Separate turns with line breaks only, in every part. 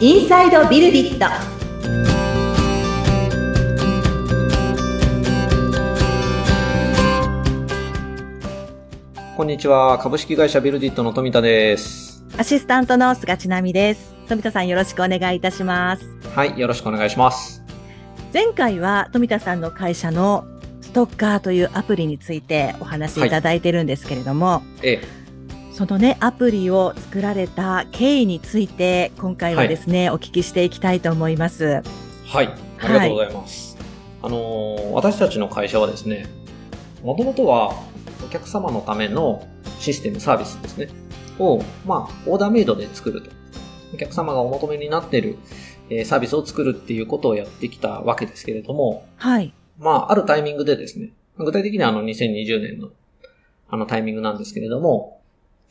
インサイドビルディット
こんにちは。株式会社ビルディットの富田です。
アシスタントの菅千奈美です富田さんよろしくお願いいたします
はい。よろしくお願いします。
前回は富田さんの会社のストッカーというアプリについてお話しいただいてるんですけれども、
ええ、
そのねアプリを作られた経緯について今回はですね、お聞きしていきたいと思います
はい。ありがとうございます。あのー私たちの会社はですね、もともとはお客様のためのシステム、サービスですね、を、まあ、オーダーメイドで作ると。お客様がお求めになっている、えーサービスを作るっていうことをやってきたわけですけれども、
はい
まあ、あるタイミングでですね、具体的にはあの2020年のあのタイミングなんですけれども、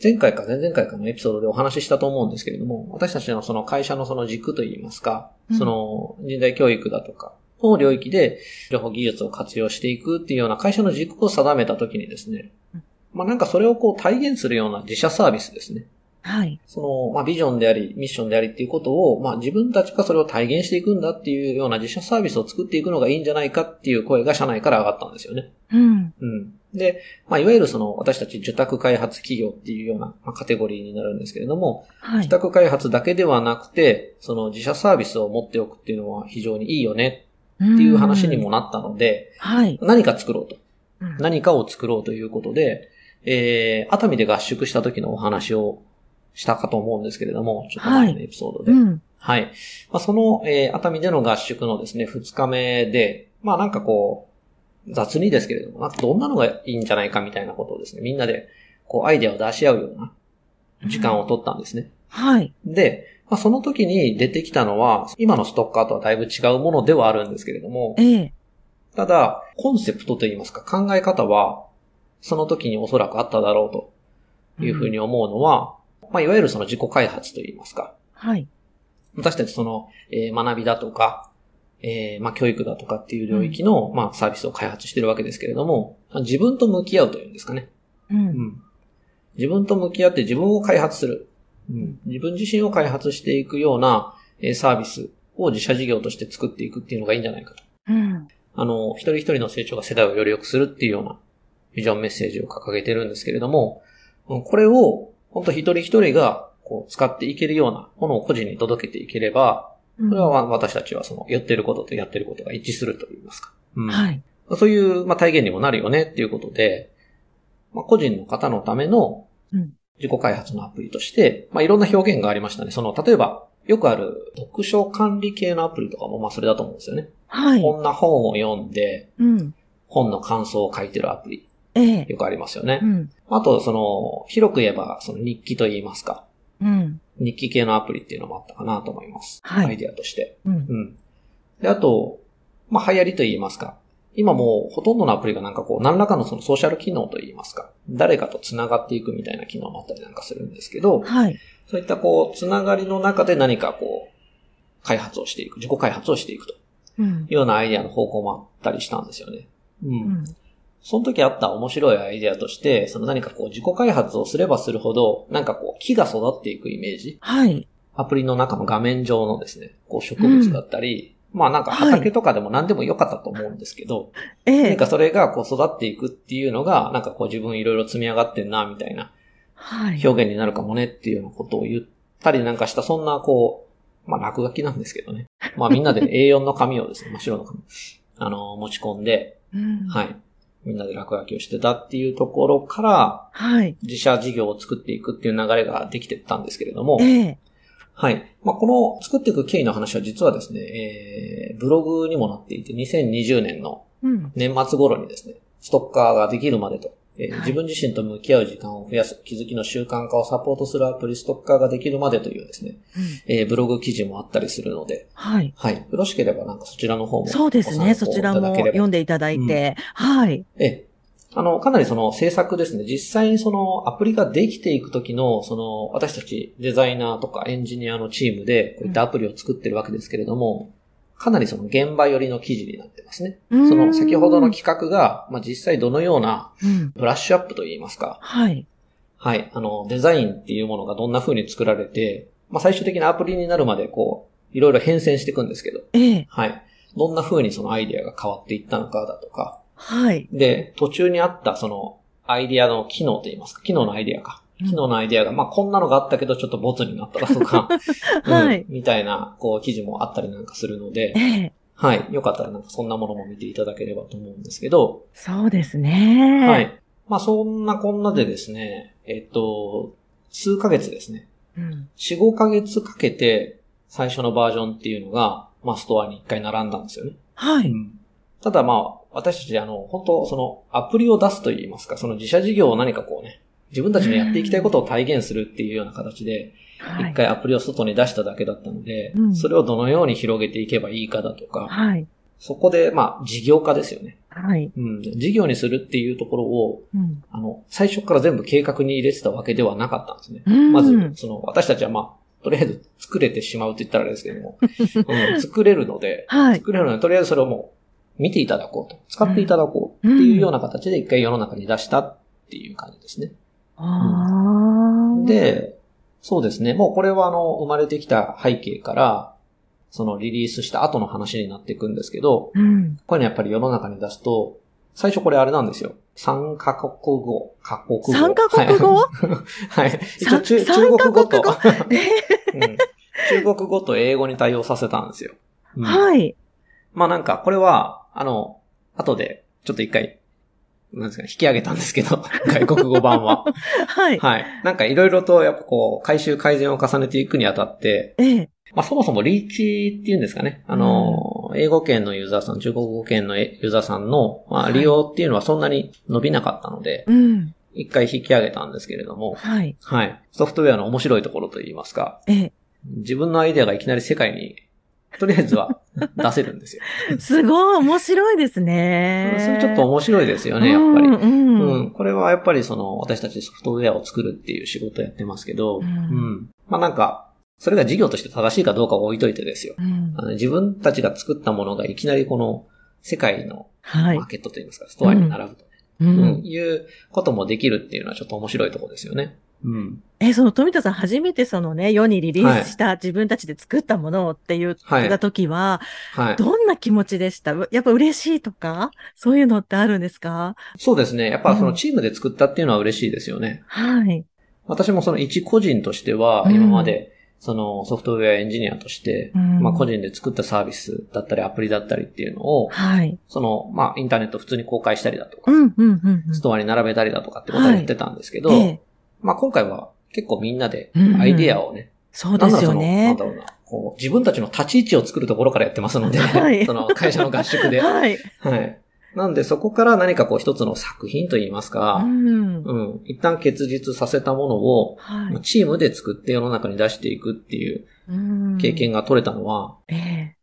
前回か前々回かのエピソードでお話ししたと思うんですけれども、私たちのその会社のその軸といいますか、
うん
その人材教育だとか、の領域で情報技術を活用していくっていうような会社の軸を定めたときにですね
うん、
まあなんかそれをこう体現するような自社サービスですね。
はい
その、まあ、ビジョンであり、ミッションでありっていうことを、まあ、自分たちがそれを体現していくんだっていうような自社サービスを作っていくのがいいんじゃないかっていう声が社内から上がったんですよね。
うん
うん。で、まあ、いわゆるその、私たち受託開発企業っていうような、まあ、カテゴリーになるんですけれども、
は
受
い
託開発だけではなくて、その自社サービスを持っておくっていうのは非常にいいよね
っ
っていう話にもなったので、
はい、
何か作ろうと。
うん
何かを作ろうということで、えー、熱海で合宿した時のお話をしたかと思うんですけれども、ちょっと前のエピソードで。
う
はい。
ん
まあ、その、えー、熱海での合宿のですね、2日目で、まあなんかこう、雑にですけれども、なんかどんなのがいいんじゃないかみたいなことをですね、みんなで、こう、アイデアを出し合うような時間を取ったんですね。
はい
で、まあ、その時に出てきたのは、今のストッカーとはだいぶ違うものではあるんですけれども、
ええ
ただ、コンセプトといいますか考え方は、その時におそらくあっただろうというふうに思うのは、まあ、いわゆるその自己開発といいますか、
はい
私たちその、えー学びだとか、えーまあ、教育だとかっていう領域の、まあ、サービスを開発してるわけですけれども、自分と向き合うというんですかね。
うん
うん自分と向き合って自分を開発する。うん自分自身を開発していくような、えーサービスを自社事業として作っていくっていうのがいいんじゃないかと。
うん
あの、一人一人の成長が世代をより良くするっていうようなビジョンメッセージを掲げてるんですけれども、うんこれを本当一人一人がこう使っていけるようなものを個人に届けていければ、これはわ私たちはその言ってることとやってることが一致すると言いますか。うん
はい
そういう、まあ、体現にもなるよねっていうことで、まあ、個人の方のための
うん
自己開発のアプリとして、まあ、いろんな表現がありましたね。その、例えば、よくある読書管理系のアプリとかも、まあ、それだと思うんですよね。
はい
こんな本を読んで、
うん
本の感想を書いてるアプリ、
ええ
よくありますよね
う。ん
あと、その、広く言えば、その日記と言いますか、
うん
日記系のアプリっていうのもあったかなと思います。
はい
アイデアとして。
うん
うん。で、あと、まあ、流行りと言いますか、今もうほとんどのアプリがなんかこう、何らかのそのソーシャル機能と言いますか、誰かと繋がっていくみたいな機能もあったりなんかするんですけど、
はい
そういったこう、繋がりの中で何かこう、開発をしていく、自己開発をしていくと
うん
いうようなアイデアの方向もあったりしたんですよね。うん
うん
その時あった面白いアイデアとして、その何かこう自己開発をすればするほど、なんかこう木が育っていくイメージ
はい
アプリの中の画面上のですね、こう植物だったり、まあなんか畑とかでも何でもよかったと思うんですけど、
ええ
何かそれがこう育っていくっていうのが、なんかこう自分いろいろ積み上がってんな、みたいな
はい
表現になるかもねっていうようなことを言ったりなんかした、そんなこう、まあ落書きなんですけどね。まあみんなで A4 の紙をですね、真っ白の紙、あの、持ち込んで、
うん
はい。みんなで落書きをしてたっていうところから、
はい
自社事業を作っていくっていう流れができてったんですけれども、
ええ
はい。まあ、この作っていく経緯の話は実はですね、えー、ブログにもなっていて、2020年の
うん
年末頃にですね、ストッカーができるまでと、えー
はい
自分自身と向き合う時間を増やす、気づきの習慣化をサポートするアプリストッカーができるまでというですね、
うん
えー、ブログ記事もあったりするので、
はい
はい。よろしければなんかそちらの方もご参
そ
考
うですね。そ
いただければ。
ちらも読んでいただいて。はい。
ええ。あの、かなりその制作ですね。実際にそのアプリができていくときの、その私たちデザイナーとかエンジニアのチームでこういったアプリを作ってるわけですけれども、かなりその現場寄りの記事になってますね。
そ
その先ほどの企画が、まあ、実際どのような
うん。
ブラッシュアップといいますか、
はい。
はい、あの、デザインっていうものがどんな風に作られて、まあ、最終的なアプリになるまで、こう、いろいろ変遷していくんですけど、
ええ。
はい。どんな風にそのアイデアが変わっていったのかだとか、
はい。
で、途中にあったそのアイデアの機能といいますか、機能のアイデアか。機能のアイデアが、まあ、こんなのがあったけど、ちょっとボツになっただ とか、うん
はい
みたいな、こう、記事もあったりなんかするので
え、え。
はい。よかったらなんかそんなものも見ていただければと思うんですけど、
そうですね。
は。い。まあ、そんなこんなでですね、えっと、数ヶ月ですね。
うん。
4、5ヶ月かけて、最初のバージョンっていうのが、まあ、ストアに一回並んだんですよね。
は
う
い。
んただまあ、私たち、あの、本当その、アプリを出すといいますか、その自社事業を何かこうね、自分たちのやっていきたいことを体現するっていうような形で、
は
一
い。
回アプリを外に出しただけだったので
う、ん
それをどのように広げていけばいいかだとか、
はい。
そこで、まあ、事業化ですよね。
はい。
うん、事業にするっていうところを、
うん。
あの、最初から全部計画に入れてたわけではなかったんですね。
うん
まず、その、私たちはまあ、とりあえず作れてしまうと言ったらあれですけども、 うん作れるので、
はい。
作れるので、とりあえずそれをもう、見ていただこうと、使っていただこうっていうような形で一回世の中に出したっていう感じですね。
ああ。、
で、そうですね、もうこれはあの、生まれてきた背景から、そのリリースした後の話になっていくんですけど、
うん。
こういうのやっぱり世の中に出すと、最初これあれなんですよ。三カ国語、カ国語。
三カ国語
はい。はい、一応
三
中
三
中
カ
国語と
国語
うん中国語と英語に対応させたんですよ。うん
はい。
まあなんか、これは、あの、後で、ちょっと一回、なんですかね、引き上げたんですけ ど、外国語版は。
はい。
はい。なんかいろいろと、やっぱこう、回収改善を重ねていくにあたって、
ええ。
まあそもそもリーチっていうんですかね。あの、英語圏のユーザーさん、中国語圏のユーザーさんの、まあ
はい
利用っていうのはそんなに伸びなかったので、
うん。
一回引き上げたんですけれども、
はい。
はい。ソフトウェアの面白いところといいますか、
え
自分のアイデアがいきなり世界に、とりあえずは出せるんで すよ。
え。すごい面白いですね。
それちょっと面白いですよね、やっぱり。
う。
うん、
うんん。
これはやっぱりその、私たちソフトウェアを作るっていう仕事をやってますけど、
う
うんん。まあなんか、それが事業として正しいかどうかを置いといてですよ。
うん
あの自分たちが作ったものがいきなりこの、世界の
はい
マー。ケットといいますか、ストアに並ぶと、
う
う
ん。
んいうこともできるっていうのはちょっと面白いところですよね。うん。
え、その富田さん初めてそのね、世にリリースした自分たちで作ったものをって言っ
はい
た時は、
はい。
どんな気持ちでしたやっぱ嬉しいとかそういうのってあるんですか
そうですね。やっぱそうの
ん
チームで作ったっていうのは嬉しいですよね。
はい。
私もその一個人としては、
うん
今まで、そのソフトウェアエンジニアとして、
うん
まあ個人で作ったサービスだったりアプリだったりっていうのを、
はい。
その、まあインターネット普通に公開したりだとか
う、ん、うん、うんうん。
ストアに並べたりだとかってことをやってたんですけど、
ええ
まあ今回は結構みんなで
うんうん
アイデアをね、
そう
な
で
んだ
す
ろう
よ
そのな
ね
んだ。ろうな、こう自分たちの立ち位置を作るところからやってますの で、
はい
その会社の合宿 で。
はい。
はい。なんでそこから何かこう一つの作品といいます
う
か、
ん。
うん、一旦結実させたものを、
は
まあチームで作って世の中に出していくっていう
い。うん
経。験が取れたのは、
ええ。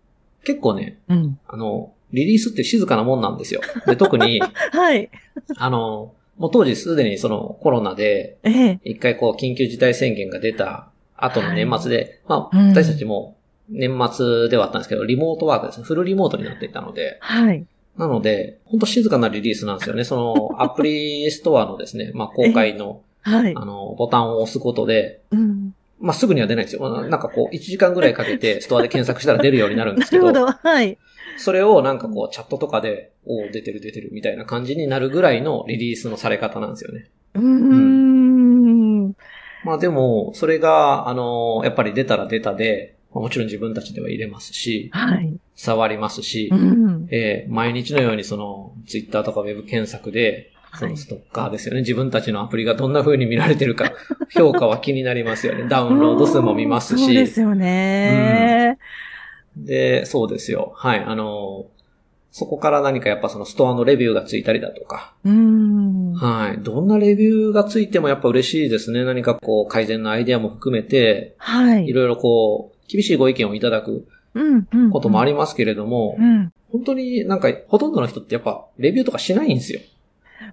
結構ね、
うん。
あの、リリースって静かなもんなんですよ。で、特に、
はい。
あの、もう当時すでにそのコロナで、
ええ。
一回こう緊急事態宣言が出た後の年末で、まあ、
うん
私たちも年末ではあったんですけど、リモートワークですね。フルリモートになっていたので、
はい。
なので、ほんと静かなリリースなんですよね。そ の、アプリストアのですね、まあ、公開の、
はい。
あの、ボタンを押すことで、
うん。
まあ、すぐには出ないんですよ。まあなんかこう、1時間ぐらいかけてストアで検索したら出るようになるんで
な
すけ
る
ど、
ほど。はい。
それをなんかこう、チャットとかで、おー出てる出てるみたいな感じになるぐらいのリリースのされ方なんですよね。
うーん。
まあでも、それが、あのー、やっぱり出たら出たで、まあもちろん自分たちでは入れますし、
はい。
触りますし
う、ん。
えー毎日のようにその、ツイッターとかウェブ検索で、そ
は
の
い。
ストッカーですよね。自分たちのアプリがどんな風に見られてるか、 評価は気になりますよね。ダウンロード数も見ますし。
そうですよね。
で、そうですよ。はい。あの、そこから何かやっぱそのストアのレビューがついたりだとか、
うん。
はい。どんなレビューがついてもやっぱ嬉しいですね。何かこう改善のアイデアも含めて、
はいい。
ろいろこう、厳しいご意見をいただく
うん。うん。
こともあ
り。
りますけれども
う、ん。
本当になんかほとんどの人ってやっぱレビューとかしないんですよ。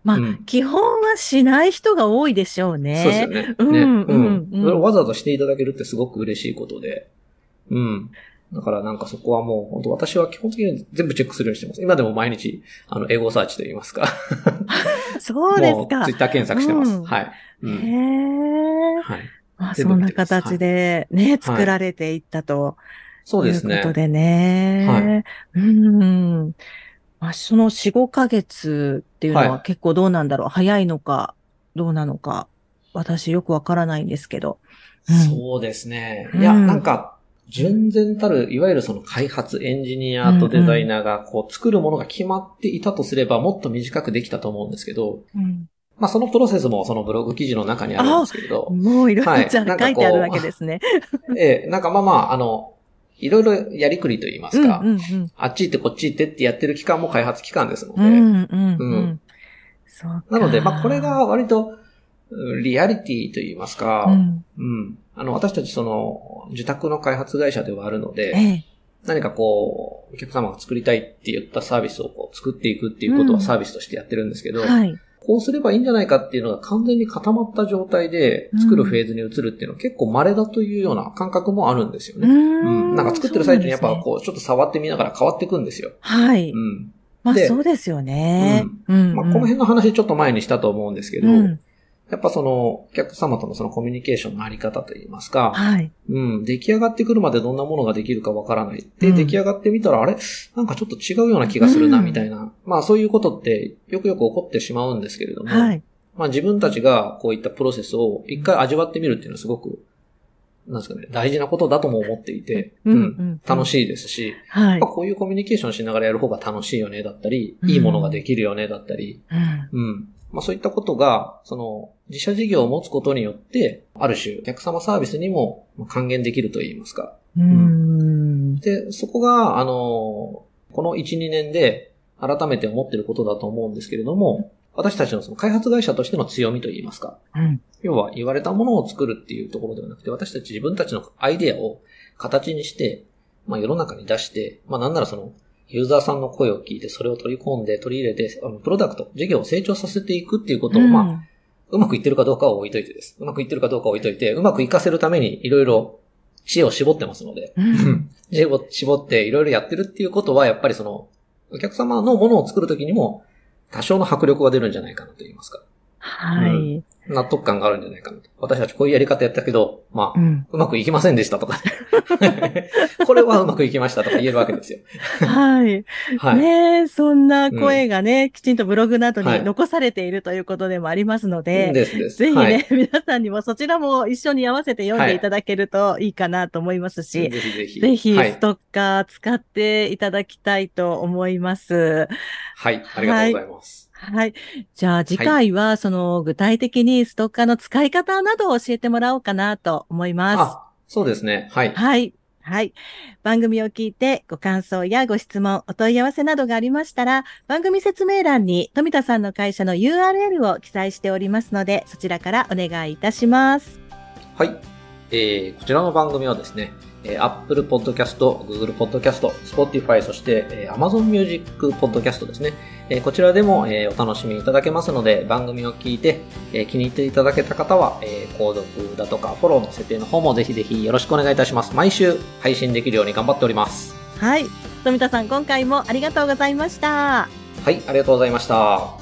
まあ
うん
基本はしない人が多いでしょうね。
そうですよね。
うん
ね
うんうん
それをわざわざしていただけるってすごく嬉しいことで。うん。だからなんかそこはもう本当私は基本的に全部チェックするようにしてます。今でも毎日、あの、エゴサーチといいますか。
そうです
も
か
ツイ。ッター検索してます。
うん
はい。うん
へえ。
はい。
うまあ、
全
そ
部
ん
見
な
てます
形でね、作られていったと
そう
い
で
う
す
こ
ね。
とでね。うん。まあ、その4、5ヶ月っていうのは
はい
結構どうなんだろう、早いのか、どうなのか。私よくわからないんですけど。うん
そうですね。
うん
いや、なんか、純然たる、いわゆるその開発、エンジニアとデザイナーが、こう、作るものが決まっていたとすれば、もっと短くできたと思うんですけど、
うん
まあ、そのプロセスもそのブログ記事の中にあるんですけれど、
もういろい
は
ろ
い
じゃあ
なんか
書
こう
いてあるわけです ね。
ええ、なんかまあまあ、あの、いろいろやりくりと言いま
う
す
ん
か、
うんうん。
あっち行ってこっち行ってってやってる期間も開発期間ですので、
うんうんう。
うん
そうか
なので、まあ、これが割と、うんリアリティと言いますか、
うん
うん。あの、私たちその、受託の開発会社ではあるの
え
で、
え。
何かこう、お客様が作りたいって言ったサービスをこう作っていくっていうこと
うん
はサービスとしてやってるんですけど、
はい。
こうすればいいんじゃないかっていうのが完全に固まった状態で作るフェーズに移るっていうのは結構稀だというような感覚もあるんですよね。うん。なんか作ってる最中にやっぱこう、ちょっと触ってみながら変わっていくんですよ。
うーん。そうなんですねはい。
うん。
まあ
で
そうですよね。うん。
まあ、この辺の話ちょっと前にしたと思うんですけど、
うん。
やっぱその、お客様とのそのコミュニケーションのあり方といいますか、
はい。
うん、出来上がってくるまでどんなものができるかわからない。で、
うん
出来上がってみたら、あれなんかちょっと違うような気がするな、
うん
みたいな。まあそういうことってよくよく起こってしまうんですけれども、
はい。
まあ自分たちがこういったプロセスを一回味わってみるっていうのはすごく、なんですかね、大事なことだとも思っていて、
うん
うん
うん
楽しいですし、やっ
はい
ぱ。こういうコミュニケーションしながらやる方が楽しいよね、だったり、
うん
いいものができるよね、だったり、
うん
うん。まあそういったことが、その、自社事業を持つことによって、ある種、お客様サービスにもまあ還元できるといいますか。
うーん。
で、そこが、あの、この1、2年で改めて思ってることだと思うんですけれども、私たちのその開発会社としての強みといいますか。
うん。
要は言われたものを作るっていうところではなくて、私たち自分たちのアイデアを形にして、まあ世の中に出して、まあなんならその、ユーザーさんの声を聞いて、それを取り込んで、取り入れて、あのプロダクト、事業を成長させていくっていうことを、まあ、うまくいってるかどうかは置いといてです。うまくいってるかどうかは置いといて、うまくいかせるためにいろいろ知恵を絞ってます ので、
うん
知恵を絞っていろいろやってるっていうことは、やっぱりその、お客様のものを作るときにも、多少の迫力が出るんじゃないかなと言いますか。
はい。
納得感があるんじゃないかなと。私たちこういうやり方やったけど、ま
う
あ、
ん。
うまくいきませんでしたとか、 これはうまくいきましたとか言えるわけですよ。
はい。
はい。
ねえそんな声がね、きちんとブログなど
は
に
い
残されているということでもありますので、
ですです。
ぜひ
はい
ね、皆さんにもそちらも一緒に合わせて読んでいただけるといいかなと思いますし
ぜ、ひぜひ。
ぜひ
は
ス
い。
トッカー使っていただきたいと思います。
はい。ありがとうございます。
はい。じゃあ次回はその具体的にストッカーの使い方などを教えてもらおうかなと思います。
あ、そうですね。はい。
はい。はい。番組を聞いてご感想やご質問、お問い合わせなどがありましたら、番組説明欄に富田さんの会社の URL を記載しておりますので、そちらからお願いいたします。
はい。えーこちらの番組はですね、えー Apple Podcast、Google Podcast、Spotify、そして、えー Amazon Music Podcast ですね。えーこちらでも、えーお楽しみいただけますので、番組を聞いて、えー気に入っていただけた方は、えー購読だとかフォローの設定の方もぜひぜひよろしくお願いいたします。毎週配信できるように頑張っております。
はい。富田さん、今回もありがとうございました。
はい、ありがとうございました。